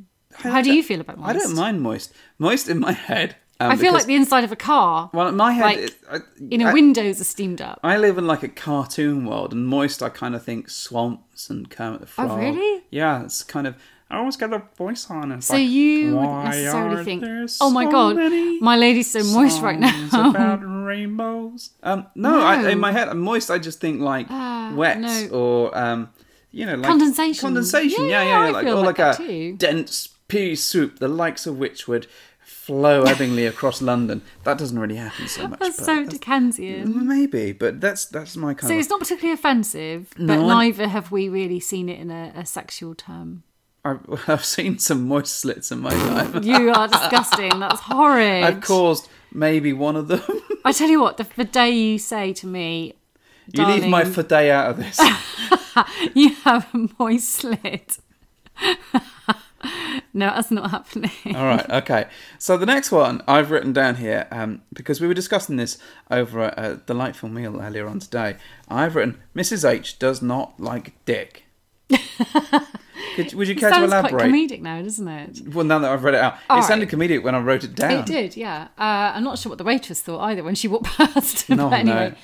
How do you feel about moist? I don't mind moist. Moist in my head. Um, I feel like because- the inside of a car, well, in my head, like, it, I, in a I- window's are steamed up. I live in like a cartoon world, and moist, I kind of think swamps and Kermit the Frog. Oh, really? Yeah, it's kind of. I always get a voice on. and It's So like, you "Why wouldn't are necessarily think, there "Oh my so god, many my lady's so moist right songs now." about rainbows. Um, no, I, in No. Ah, my head, moist. I just think like wet no. or um, you know, like Condensation. Condensation. Yeah, Yeah, yeah, yeah. I like, feel or like, like a that too. dense pea soup, the likes of which would flow ebbingly across London. That doesn't really happen so much. That's but so that's- Dickensian. maybe, but that's that's my kind So of. it's not particularly offensive, but No, I- neither have we really seen it in a, a sexual term. I've, I've seen some moist slits in my life. You are disgusting. That's horrid. I've caused maybe one of them. I tell you what, the, the day you say to me, you leave my Darling. bidet out of this. you have a moist slit. no, that's not happening. All right, Oh, okay. So the next one I've written down here, um, because we were discussing this over a, a delightful meal earlier on today. I've written Mrs. H does not like dick. Could, would you It care to sounds quite elaborate? comedic now, doesn't it? Well, now that I've read it out, All it right. sounded comedic when I wrote it down. It did, yeah. Uh, I'm not sure what the waitress thought either when she walked past. No, but anyway, no.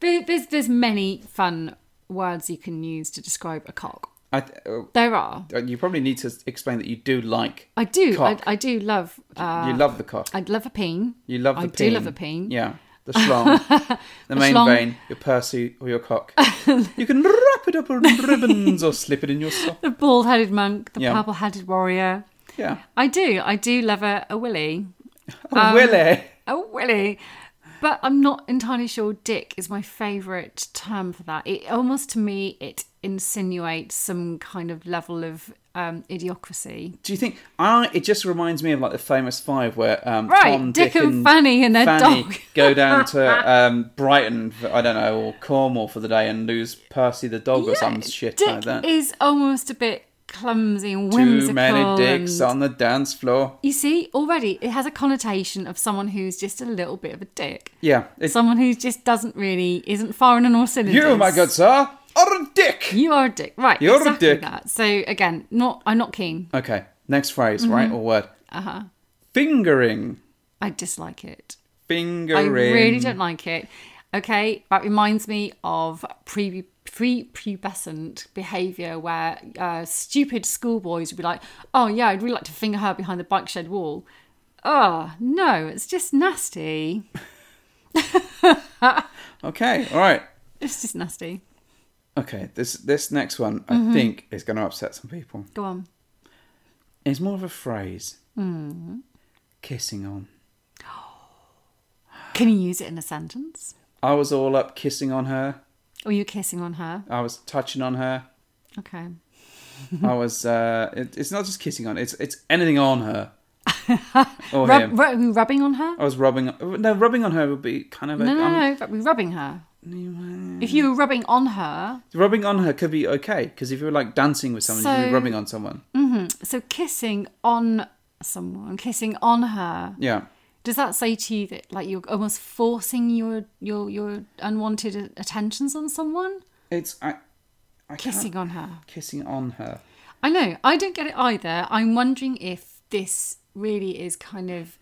there, there's there's many fun words you can use to describe a cock. I th- There are. uh, you probably need to explain that you do like. I do. I, Cock. I do love. Uh, you love the cock. I'd love a peen. You love the I peen. do love a peen. Yeah. The schlong, the main schlong. vein, your pursy or your cock. you can wrap it up in ribbons or slip it in your sock. The bald-headed monk, the Yeah. purple-headed warrior. Yeah. I do. I do love a, a willy. Oh, Willie. A willy. But I'm not entirely sure dick is my favourite term for that. It almost, to me, it insinuates some kind of level of um, idiocracy. Do you think I? It just reminds me of like the famous five where um, Right, Tom, Dick, Dick and Fanny and their Fanny dog. go down to um, Brighton, for, I don't know, or Cornwall for the day and lose Percy the dog or some shit dick like that. is almost a bit clumsy and whimsical. Too many dicks and- on the dance floor. You see, already it has a connotation of someone who's just a little bit of a dick. Yeah, it's, Someone who just doesn't really isn't firing on all cylinders. you, oh my good sir, are a dick. You are a dick, right? You're a exactly dick. That. So again, not I'm not keen. Okay, next phrase, right or word? Uh huh. Fingering, Mm-hmm. Uh-huh. I dislike it. fingering. I really don't like it. Okay, that reminds me of pre prepubescent behaviour where uh, stupid schoolboys would be like, "Oh yeah, I'd really like to finger her behind the bike shed wall." Oh no, it's just nasty. Okay, all right. It's just nasty. Okay, this this next one I Mm-hmm. think is going to upset some people. Go on. It's more of a phrase. Mm-hmm. Kissing on. Can you use it in a sentence? I was all up kissing on her. Or you kissing on her? I was touching on her. Okay. I was. Uh, it, it's not just kissing on. It's it's anything on her. or him. Oh, Rub, rub, rubbing on her? I was rubbing. No, rubbing on her would be kind of. A, No, no, um, no. But we rubbing her. If you were rubbing on her, Rubbing on her could be okay because if you were like dancing with someone, you'd be So- Mm. rubbing on someone. mm-hmm, so kissing on someone, kissing on her, Yeah. does that say to you that like you're almost forcing your your your unwanted a- attentions on someone? It's I, I Kissing can't- on her. kissing on her. I know. I don't get it either. I'm wondering if this really is kind of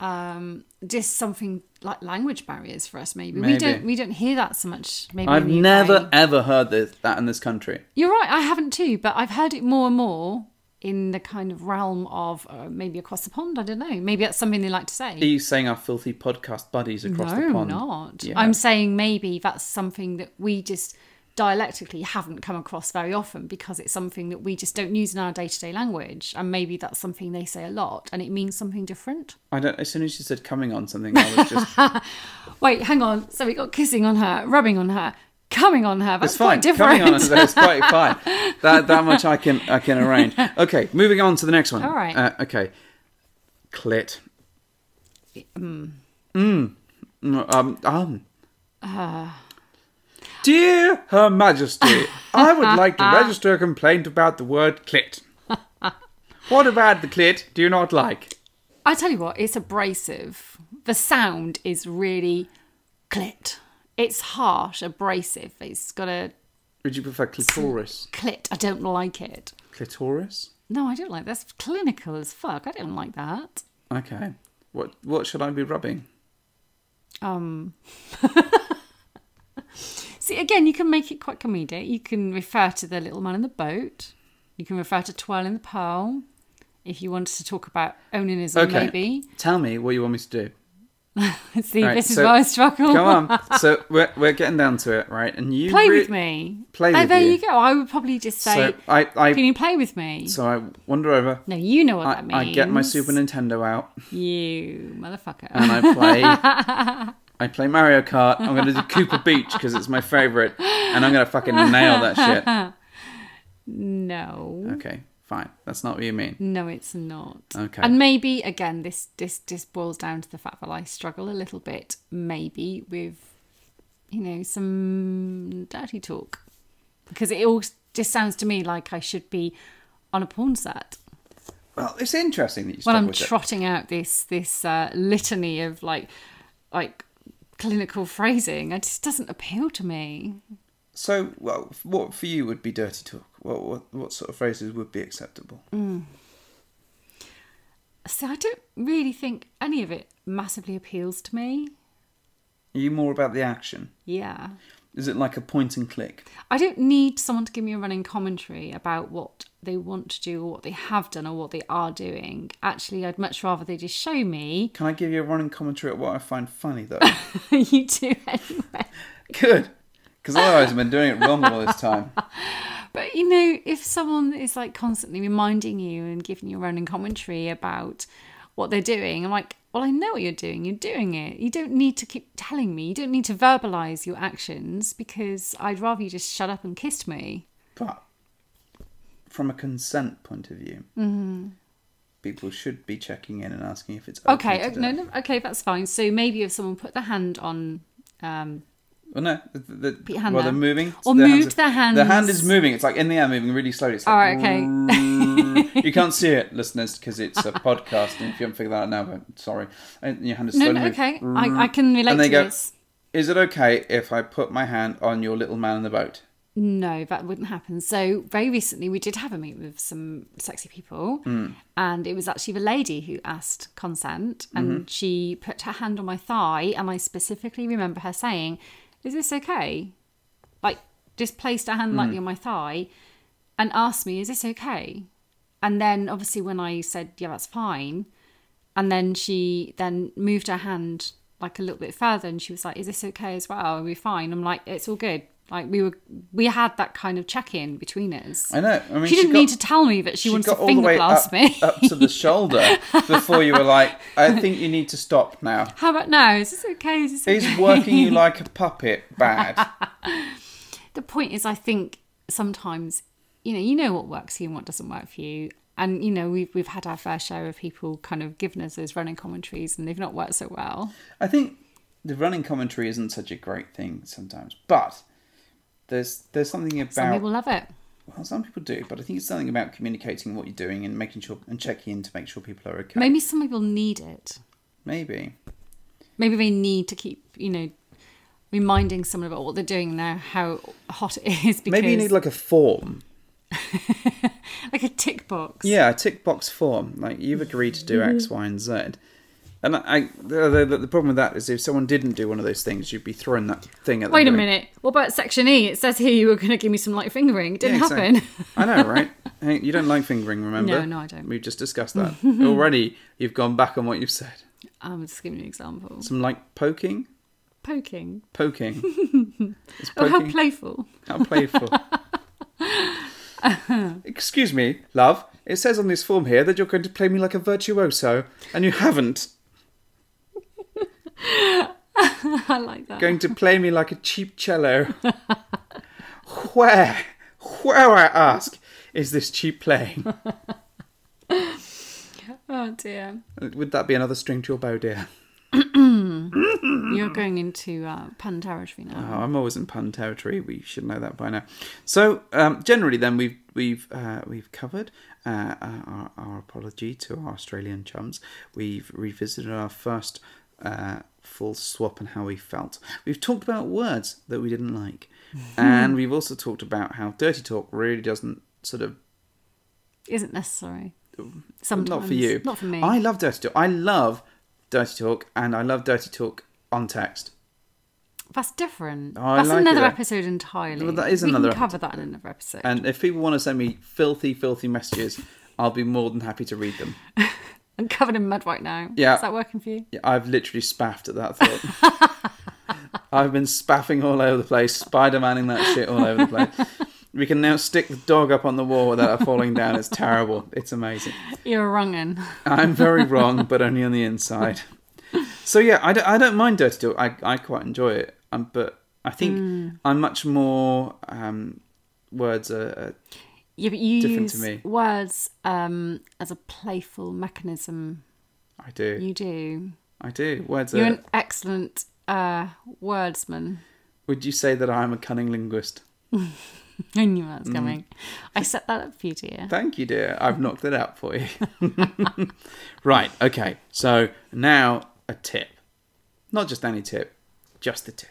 um just something like language barriers for us maybe. Maybe. we don't we don't hear that so much maybe I've in the never UK. ever heard this, that in this country. You're right, I haven't too, but I've heard it more and more in the kind of realm of uh, maybe across the pond. I don't know. Maybe that's something they like to say. Are you saying our filthy podcast buddies across no, the pond? not. Yeah. I'm saying maybe that's something that we just dialectically haven't come across very often because it's something that we just don't use in our day-to-day language and maybe that's something they say a lot and it means something different I don't. As soon as you said coming on something, I was just. wait hang on so we got kissing on her rubbing on her coming on her that's it's fine. quite different Coming on, it's quite fine. That that much I can I can arrange. Okay, moving on to the next one. All right. Uh, okay. Clit. Mm. Mm, Um. Um. Uh. Dear Her Majesty, I would like to register a complaint about the word clit. What about the clit do you not like? I tell you what, it's abrasive. The sound is really clit. It's harsh, abrasive. It's got a Would you prefer clitoris? clit. I don't like it. Clitoris? No, I don't like that. That's clinical as fuck. I don't like that. Okay. What what should I be rubbing? Um. See, again, you can make it quite comedic. You can refer to the little man in the boat. You can refer to twirling the pearl. If you wanted to talk about onanism, Okay. maybe. Tell me what you want me to do. See, Right, this is so- where I struggle. Come on. So we're, we're getting down to it, right? And you play re- with me. play Oh, with there you. you. go. I would probably just say, So I, "Can I you play with me?" so I wander over. no, you know what I, that means. I get my Super Uh, Nintendo out You motherfucker. and I play. I play Mario Kart. I'm gonna do Cooper Beach because it's my favorite, and I'm gonna fucking nail that shit. no, Okay, fine. That's not what you mean. no, it's not. Okay. And maybe again, this this this boils down to the fact that I struggle a little bit, maybe with you know some dirty talk, because it all just sounds to me like I should be on a porn set. Well, it's interesting that you. when stuck I'm with it. trotting out this this uh, litany of like like clinical phrasing, it just doesn't appeal to me. So, well, what for you would be dirty talk? What what, what sort of phrases would be acceptable? So I don't really think any of it massively appeals to me. Are you more about the action? Yeah. Is it like a point and click? I don't need someone to give me a running commentary about what they want to do or what they have done or what they are doing. Actually, I'd much rather they just show me. Can I give you a running commentary at what I find funny though? you do anyway. Good. Because otherwise, I've been doing it wrong all this time. But you know, if someone is like constantly reminding you and giving you running commentary about what they're doing, I'm like, well, I know what you're doing. You're doing it. You don't need to keep telling me. You don't need to verbalize your actions because I'd rather you just shut up and kissed me. But from a consent point of view, Mm-hmm. people should be checking in and asking if it's okay. Okay, uh, to do no, it. no, okay, that's fine. So maybe if someone put their hand on, um, Well, no. The, the, Put your hand well, there. they're moving. Or their moved hands their hands. The hand is moving. It's like in the air, moving really slowly. It's like, All right, okay. Mm, you can't see it, listeners, because it's a podcast. And if you haven't figured that out now, but sorry. And your hand is no, slowly no, moving. okay, I, I can relate mm. And they to go- this. Is it okay if I put my hand on your little man in the boat? No, that wouldn't happen. So very recently, we did have a meet with some sexy people, Mm. and it was actually the lady who asked consent, and Mm-hmm. she put her hand on my thigh, and I specifically remember her saying, "Is this okay?" Like just placed her hand Mm. lightly on my thigh, and asked me, "Is this okay?" And then obviously when I said, "Yeah, that's fine," and then she then moved her hand like a little bit further and she was like is this okay as well are we fine i'm like it's all good like we were we had that kind of check-in between us I know. I mean, she didn't got- need to tell me that She she, wants got to all the finger way blast up, me up to the shoulder before you were like, I think you need to stop now. how about now is this okay is this okay? He's working you like a puppet bad. the point is i think sometimes you know you know what works for you and what doesn't work for you and you know we've, we've had our fair share of people kind of giving us those running commentaries and they've not worked so well I think the running commentary isn't such a great thing sometimes, but there's there's something about Some people love it. well, some people do, but I think it's something about communicating what you're doing and making sure and checking in to make sure people are okay. Maybe some people need it. Maybe. Maybe they need to keep, you know, reminding someone about what they're doing now, how hot it is. Because Maybe you need like a form. like a tick box. Yeah, a tick box form. Like you've agreed to do Mm-hmm. X, Y, and Z. And I, I the, the, the problem with that is if someone didn't do one of those things, you'd be throwing that thing at. them Wait a going, minute. What about section E? It says here you were going to give me some light fingering. It didn't Yeah, happen. exactly. I know, right? Hey, you don't like fingering, remember? No, no, I don't. We've just discussed that already. You've gone back on what you've said. I'm just giving you an example. Some like poking, Poking. poking. It's Oh, how poking. playful. How playful. Excuse me, love. It says on this form here that you're going to play me like a virtuoso, and you haven't. I like that. Going to play me like a cheap cello. Where, where I ask, is this cheap playing? Oh, dear. Would that be another string to your bow, dear? You're going into uh, pun territory now. Oh, I'm always in pun territory. We should know that by now. So um, generally, then we've we've uh, we've covered uh, our, our apology to our Australian chums. We've revisited our first uh, full swap and how we felt. We've talked about words that we didn't like, and we've also talked about how dirty talk really doesn't sort of Isn't necessary. but Sometimes. Not for you. Not for me. I love dirty talk. I love dirty talk, and I love dirty talk on text. That's different. Oh, I That's like another it. episode entirely. Well, that is we another can cover that in another episode. And if people want to send me filthy, filthy messages, I'll be more than happy to read them. I'm covered in mud right now. Yeah. Is that working for you? Yeah, I've literally spaffed at that thought. I've been spaffing all over the place, Spider Maning that shit all over the place. We can now stick the dog up on the wall without her falling down. It's terrible. It's amazing. You're wrongin'. I'm very wrong, but only on the inside. So yeah, I don't, I don't mind Dirty Talk. I, I quite enjoy it. Um, but I think Mm. I'm much more um, words are, are Yeah, but you Different use to me. words um, as a playful mechanism. I do. You do. I do. Words You're are an excellent uh, wordsman. Would you say that I'm a cunning linguist? I knew that Mm. was coming. I set that up for you, dear. Thank you, dear. I've knocked it out for you. right, okay. So now a tip. Not just any tip, just the tip.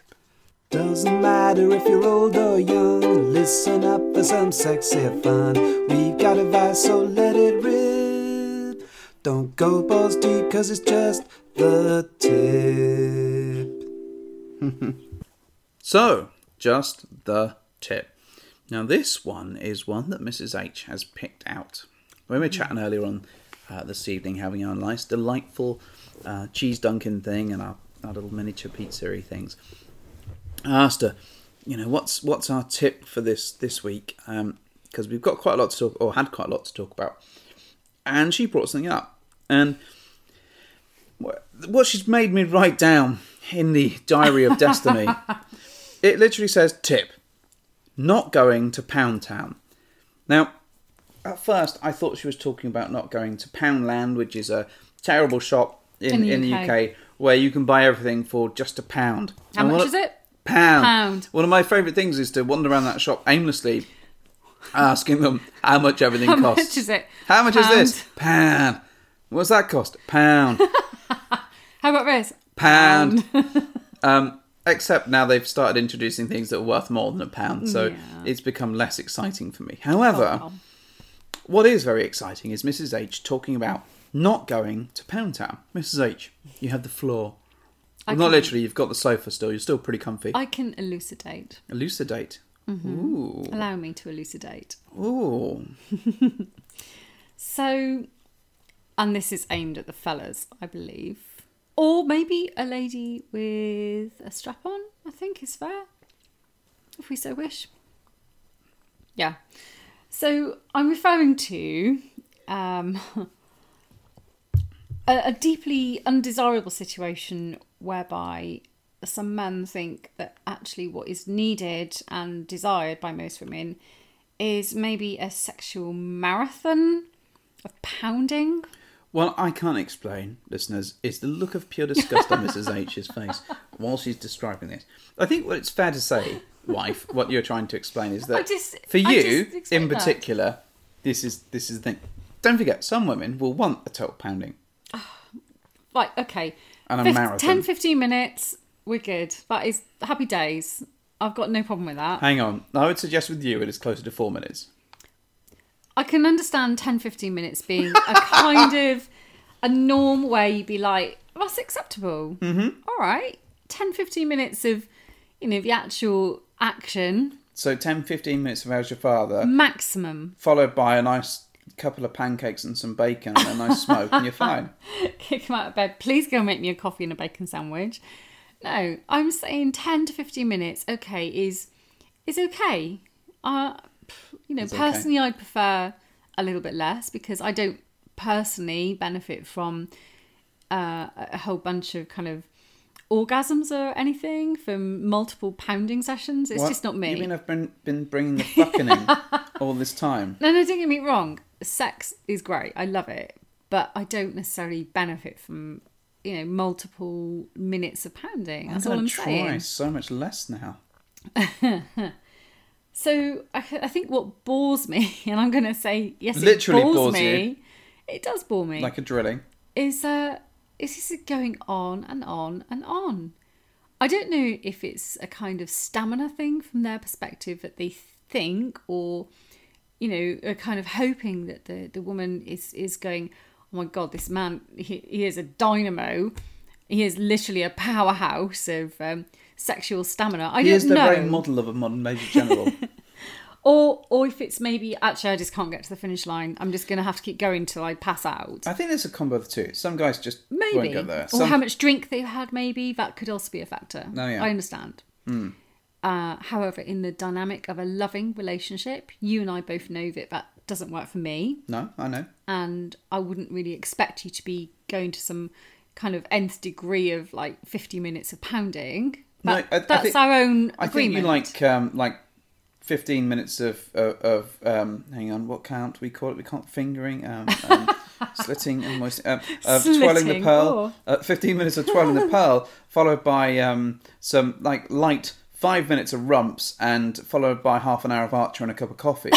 Doesn't matter if you're old or young, listen up for some sexy fun. We've got advice, so let it rip. Don't go balls deep, cause it's just the tip. So, just the tip. Now, this one is one that Mrs. H has picked out. When we were chatting earlier on uh, this evening, having our nice, delightful uh, cheese Dunkin' thing and our, our little miniature pizzeria things, I asked her, you know, what's what's our tip for this this week? Because we've got quite a lot to talk, or had quite a lot to talk about, and she brought something up, and wh- what she's made me write down in the diary of destiny. It literally says tip, not going to Pound Town. Now, at first, I thought she was talking about not going to Poundland, which is a terrible shop in, in, the, UK. where you can buy everything for just a pound. How And much what- is it? Pound. Pound. One of my favourite things is to wander around that shop aimlessly, asking them how much everything How costs. much is it? How much is Pound. this? Pound. What's that cost? Pound. How about this? pound. um, except now they've started introducing things that are worth more than a pound, so Yeah. it's become less exciting for me. However, Oh. what is very exciting is Mrs. H talking about not going to Pound Town. Mrs. H, you have the floor. I Not can- literally, you've got the sofa still. You're still pretty comfy. I Mm-hmm. can elucidate. Elucidate. Ooh. Allow me to elucidate. Ooh. So, and this is aimed at the fellas, I believe. Or maybe a lady with a strap on, I think is fair. If we so wish. Yeah. So, I'm referring to um, a, a deeply undesirable situation whereby some men think that actually what is needed and desired by most women is maybe a sexual marathon of pounding. Well, I can't explain, listeners, is the look of pure disgust on Mrs. H's face while she's describing this. I think what it's fair to say, wife, what you're trying to explain is that just- for I you just expect in that. particular, this is this is the thing. Don't forget, some women will want a toe pounding. Right, okay. And a Fif- marathon. 10, 15 minutes, we're good. That is happy days. I've got no problem with that. Hang on. I would suggest with you it is closer to four minutes. I can understand 10, 15 minutes being a kind of a norm where you'd be like, that's acceptable. Mm-hmm. All right. 10, 15 minutes of, you know, the actual action, So 10, 15 minutes of How's Your Father, maximum. followed by a nice couple of pancakes and some bacon and a nice smoke, and you're fine. Kick him out of bed. Please go make me a coffee and a bacon sandwich. No, I'm saying 10 to 15 minutes, okay, is is okay. Uh, p- you know, Is okay. personally, I'd prefer a little bit less because I don't personally benefit from uh, a whole bunch of kind of orgasms or anything from multiple pounding sessions. It's What? just not me. You mean I've been, been bringing the fucking in all this time? No, no, don't get me wrong. Sex is great. I love it. But I don't necessarily benefit from, you know, multiple minutes of pounding. That's I'm all gonna I'm try saying. so much less now. So I, I think what bores me, and I'm going to say, yes, Literally it bores, bores me. It does bore me. Like a drilling. is uh is this going on and on and on i don't know if it's a kind of stamina thing from their perspective that they think or you know are kind of hoping that the the woman is is going oh my god this man he, he is a dynamo he is literally a powerhouse of um, sexual stamina i He is don't the know very model of a modern major general. or or if it's maybe actually i just can't get to the finish line i'm just gonna have to keep going till i pass out I think there's a combo of the two. Some guys just won't Maybe. go there. Or Some, how much drink they've had, maybe. That could also be a factor. No, yeah. Hmm. I understand. Uh, however, in the dynamic of a loving relationship, you and I both know that that doesn't work for me. No, I know. And I wouldn't really expect you to be going to some kind of nth degree of like 50 minutes of pounding. No, That- I- I that's think- our own I think you agreement. like um, like fifteen minutes of of, of um, hang on, what count we call it? We can't fingering, um, um, slitting, and moist, um, of twirling the Slitting, oh. pearl. Uh, fifteen minutes of twirling the pearl, followed by um, some like light five minutes of rumps, and followed by half an hour of Archer and a cup of coffee.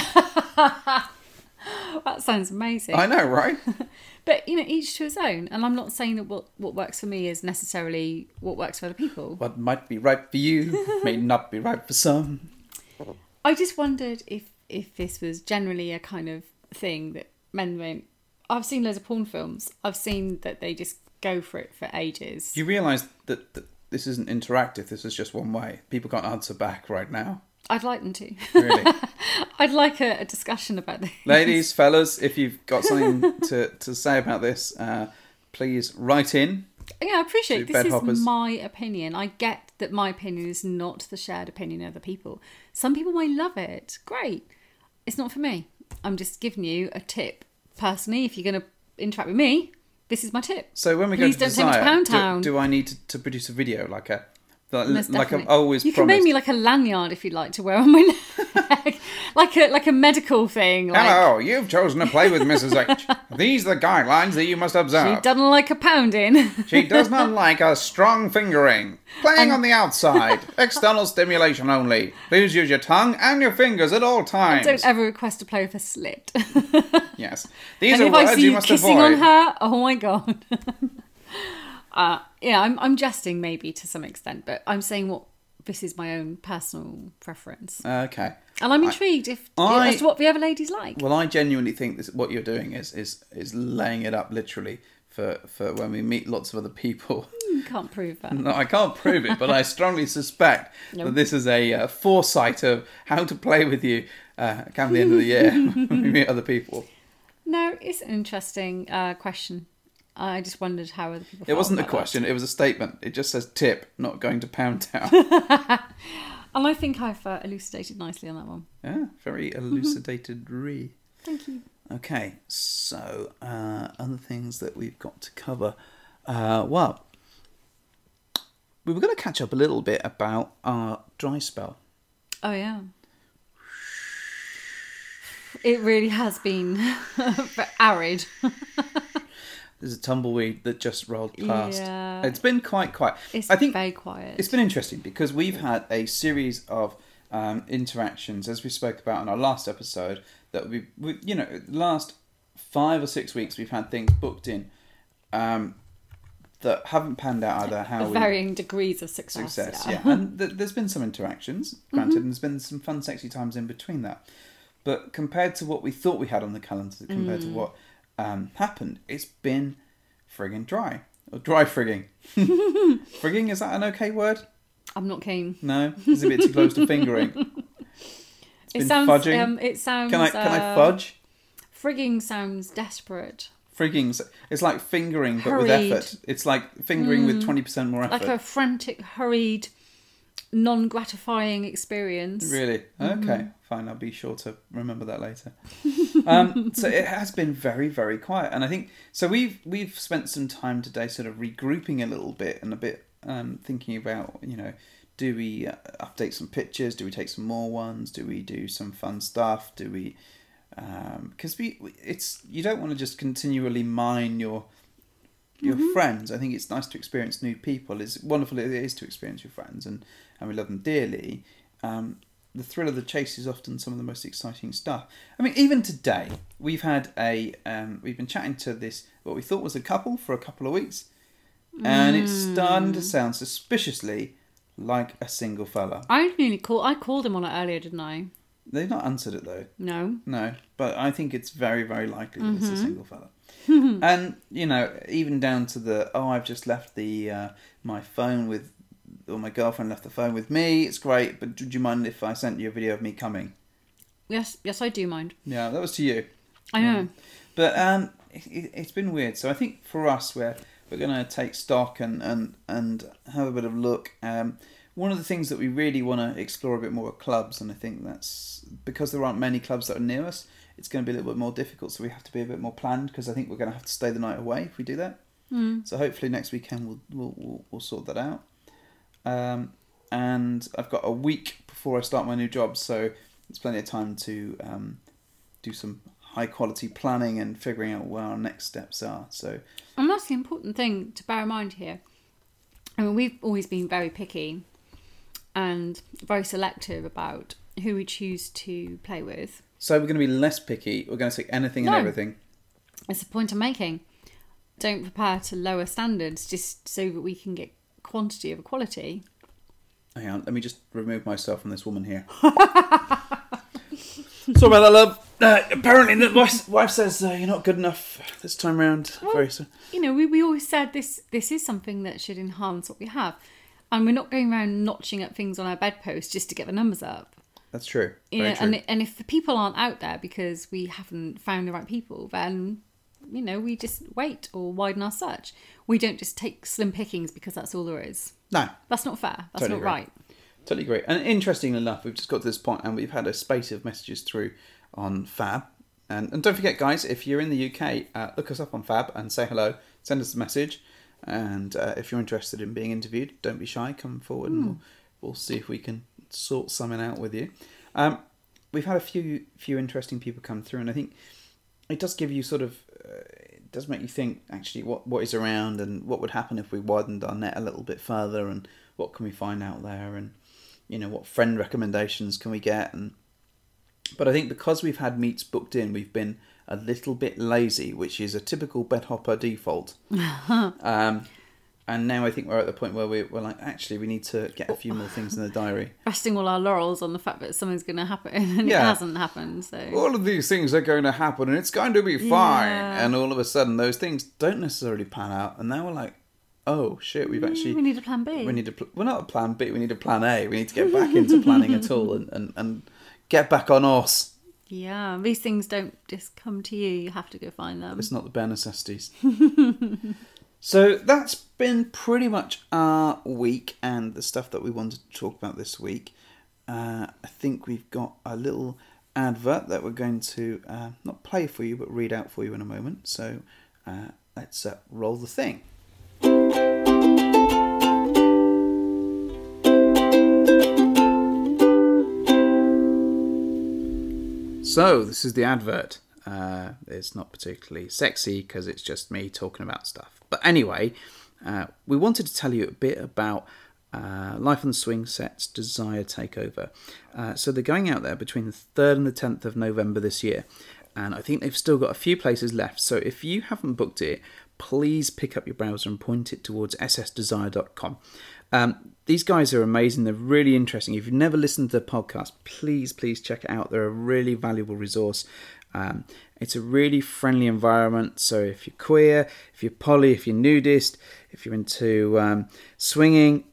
That sounds amazing. I know, right? But, you know, each to his own. And I'm not saying that what, what works for me is necessarily what works for other people. What might be right for you may not be right for some. I just wondered if if this was generally a kind of thing that men went. I've seen loads of porn films. I've seen that they just go for it for ages. Do you realise that, that this isn't interactive? This is just one way. People can't answer back right now. I'd like them to. Really. I'd like a, a discussion about this. ladies, fellas, if you've got something to, to say about this, uh, please write in. Yeah, I appreciate Two this is bedhoppers. my opinion. I get that my opinion is not the shared opinion of other people. Some people may love it. Great. It's not for me. I'm just giving you a tip. Personally, if you're going to interact with me, this is my tip. So when we Please go to don't take me to desire, Pound do- Town. Do, I need to, to produce a video like a like, Most like I've definitely. always You can promised? make me like a lanyard if you like to wear on my neck, like a like a medical thing. Like Hello, you've chosen to play with Mrs. H. These are the guidelines that you must she observe. doesn't like a pounding. She does not like a strong fingering. Playing on the outside. External stimulation only. Please use your tongue and your fingers at all times. Don't ever request to play with a slit. Yes. These and are if words I see you you, must kissing avoid. on her, oh my god. uh, yeah, I'm I'm jesting maybe to some extent, but I'm saying what this is my own personal preference, Okay. and I'm intrigued if I- as to what the other ladies like. Well, I genuinely think this, what you're doing is is is laying it up literally for for when we meet lots of other people. Hmm, Can't prove that. No, I can't prove it, but I strongly suspect that this is a uh, foresight of how to play with you uh, come the end of the year when we meet other people. No, it's an interesting uh, question. I just wondered how other people. It felt wasn't a about that. question; it was a statement. It just says tip, not going to pound town. And I think I've uh, elucidated nicely on that one. yeah, very elucidated. Re. Mm-hmm. Thank you. Okay, so uh, other things that we've got to cover. Uh, well, we were going to catch up a little bit about our dry spell. Oh, yeah. It really has been arid. There's a tumbleweed that just rolled past. Yeah. It's been quite quiet. It's I think very quiet. it's been interesting because we've had a series of um, interactions, as we spoke about in our last episode, that we, we, you know, the last five or six weeks we've had things booked in um, that haven't panned out either how we varying degrees of success. success. Yeah, and th- there's been some interactions, granted, and there's been some fun, sexy times in between that. But compared to what we thought we had on the calendar, compared to what um, happened, it's been frigging dry or dry frigging. frigging is that an okay word? I'm not keen. No, it's a bit too close to fingering. It been sounds. fudging. Um, it sounds. Can I can I uh, fudge? Frigging sounds desperate. Frigging, it's like fingering but with Hurried. effort. It's like fingering with twenty percent more effort. Like a frantic, hurried, non-gratifying experience. Really? Okay, fine. I'll be sure to remember that later. um, so it has been very, very quiet, and I think so. We've we've spent some time today, sort of regrouping a little bit and a bit um, thinking about you know, do we uh, update some pictures? Do we take some more ones? Do we do some fun stuff? Do we? Because we, we, it's you don't want to just continually mine your your friends. I think it's nice to experience new people. It's wonderful it is to experience your friends, and, and we love them dearly. Um, the thrill of the chase is often some of the most exciting stuff. I mean, even today, we've had a um, we've been chatting to this what we thought was a couple for a couple of weeks, and it's starting to sound suspiciously like a single fella. I nearly call. I called him on it earlier, didn't I? They've not answered it though. No. No, but I think it's very, very likely that it's a single fella. and you know, even down to the oh, I've just left the uh, my phone with, or my girlfriend left the phone with me. It's great, but would you mind if I sent you a video of me coming? Yes. Yes, I do mind. Yeah, that was to you. I know. But um, it, it, it's been weird. So I think for us, we're we're going to take stock and and and have a bit of look. Um, one of the things that we really want to explore a bit more are clubs, and I think that's because there aren't many clubs that are near us. It's going to be a little bit more difficult, so we have to be a bit more planned because I think we're going to have to stay the night away if we do that. Mm. So hopefully next weekend we'll we'll, we'll, we'll sort that out. Um, and I've got a week before I start my new job, so it's plenty of time to um, do some high quality planning and figuring out where our next steps are. So And that's the important thing to bear in mind here. I mean, we've always been very picky and very selective about who we choose to play with. so we're going to be less picky. We're going to take anything No. and everything. It's the point I'm making. Don't prepare to lower standards just so that we can get quantity over quality. Hang on, let me just remove myself from this woman here. Sorry about that, love. Uh, apparently, the wife, wife says uh, you're not good enough this time round. Very so. You know, we, we always said this this is something that should enhance what we have. And we're not going around notching up things on our bedpost just to get the numbers up. That's true. You Very know, true. and and if the people aren't out there because we haven't found the right people, then you know we just wait or widen our search. We don't just take slim pickings because that's all there is. no, That's not fair. That's Totally agree. not right. Totally agree. And interestingly enough, we've just got to this point and we've had a space of messages through on Fab. And, and don't forget, guys, if you're in the UK, uh, look us up on Fab and say hello, send us a message. And uh, if you're interested in being interviewed, don't be shy, come forward and we'll, we'll see if we can sort something out with you. Um, we've had a few few interesting people come through, and I think it does give you sort of uh, it does make you think actually what what is around and what would happen if we widened our net a little bit further and what can we find out there and you know what friend recommendations can we get and but I think because we've had meets booked in, we've been a little bit lazy, which is a typical bed hopper default. um, and now I think we're at the point where we, we're like, actually, we need to get a few more things in the diary. Resting all our laurels on the fact that something's going to happen and Yeah. it hasn't happened. So all of these things are going to happen and it's going to be fine. Yeah. And all of a sudden, those things don't necessarily pan out. And now we're like, oh shit, we've actually. Mm, we need a plan B. We need a. Pl- we're not a plan B, we need a plan A. We need to get back into planning at all and, and, and get back on us. yeah, these things don't just come to you. You have to go find them. It's not the bare necessities. so that's been pretty much our week and the stuff that we wanted to talk about this week. Uh, I think we've got a little advert that we're going to uh, not play for you but read out for you in a moment. So uh, let's uh, roll the thing. So this is the advert. Uh, it's not particularly sexy because it's just me talking about stuff. But anyway, uh, we wanted to tell you a bit about uh, Life on the Swing Set's Desire Takeover. Uh, so they're going out there between the 3rd and the 10th of November this year. And I think they've still got a few places left. So if you haven't booked it, please pick up your browser and point it towards ssdesire.com. Um, these guys are amazing. They're really interesting. If you've never listened to the podcast, please, please check it out. They're a really valuable resource. Um, it's a really friendly environment. So if you're queer, if you're poly, if you're nudist, if you're into um, swinging,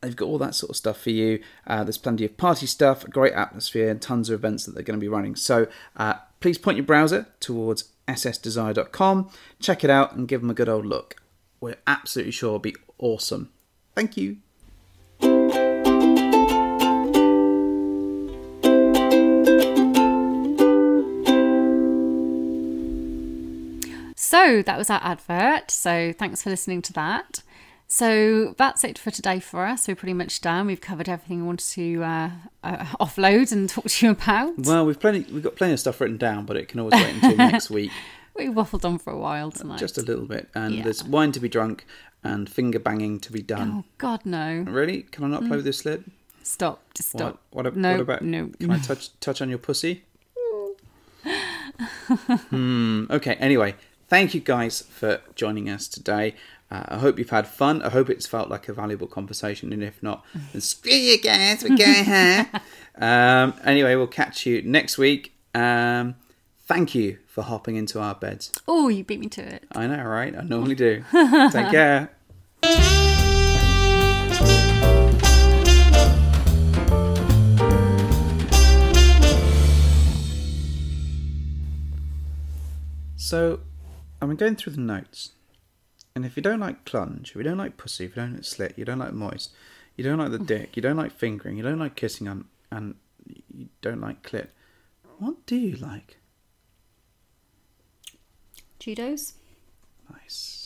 They've got all that sort of stuff for you. Uh, there's plenty of party stuff, a great atmosphere, and tons of events that they're going to be running. So uh, please point your browser towards ssdesire.com, check it out, and give them a good old look. We're absolutely sure it'll be awesome. Thank you. So that was our advert. So thanks for listening to that. So that's it for today for us. We're pretty much done. We've covered everything we wanted to uh, uh, offload and talk to you about. Well, we've plenty, we've got plenty of stuff written down, but it can always wait until next week, We waffled on for a while tonight. just a little bit. And Yeah. there's wine to be drunk and finger banging to be done. oh God, no! Really? Can I not play with this lid? Stop! Just What? stop! What, ab- no, what about? no? Can I touch touch on your pussy? hmm. Okay. Anyway, thank you guys for joining us today. Uh, I hope you've had fun. I hope it's felt like a valuable conversation, and if not, then screw you guys. We're going here. um, anyway, we'll catch you next week. Um, thank you for hopping into our beds. Oh, you beat me to it. I know, right? I normally do. Take care. So, I've been going through the notes, and if you don't like clunge, if you don't like pussy, if you don't like slit, you don't like moist, you don't like the dick, you don't like fingering, you don't like kissing, and and you don't like clit, what do you like? Cheetos. Nice.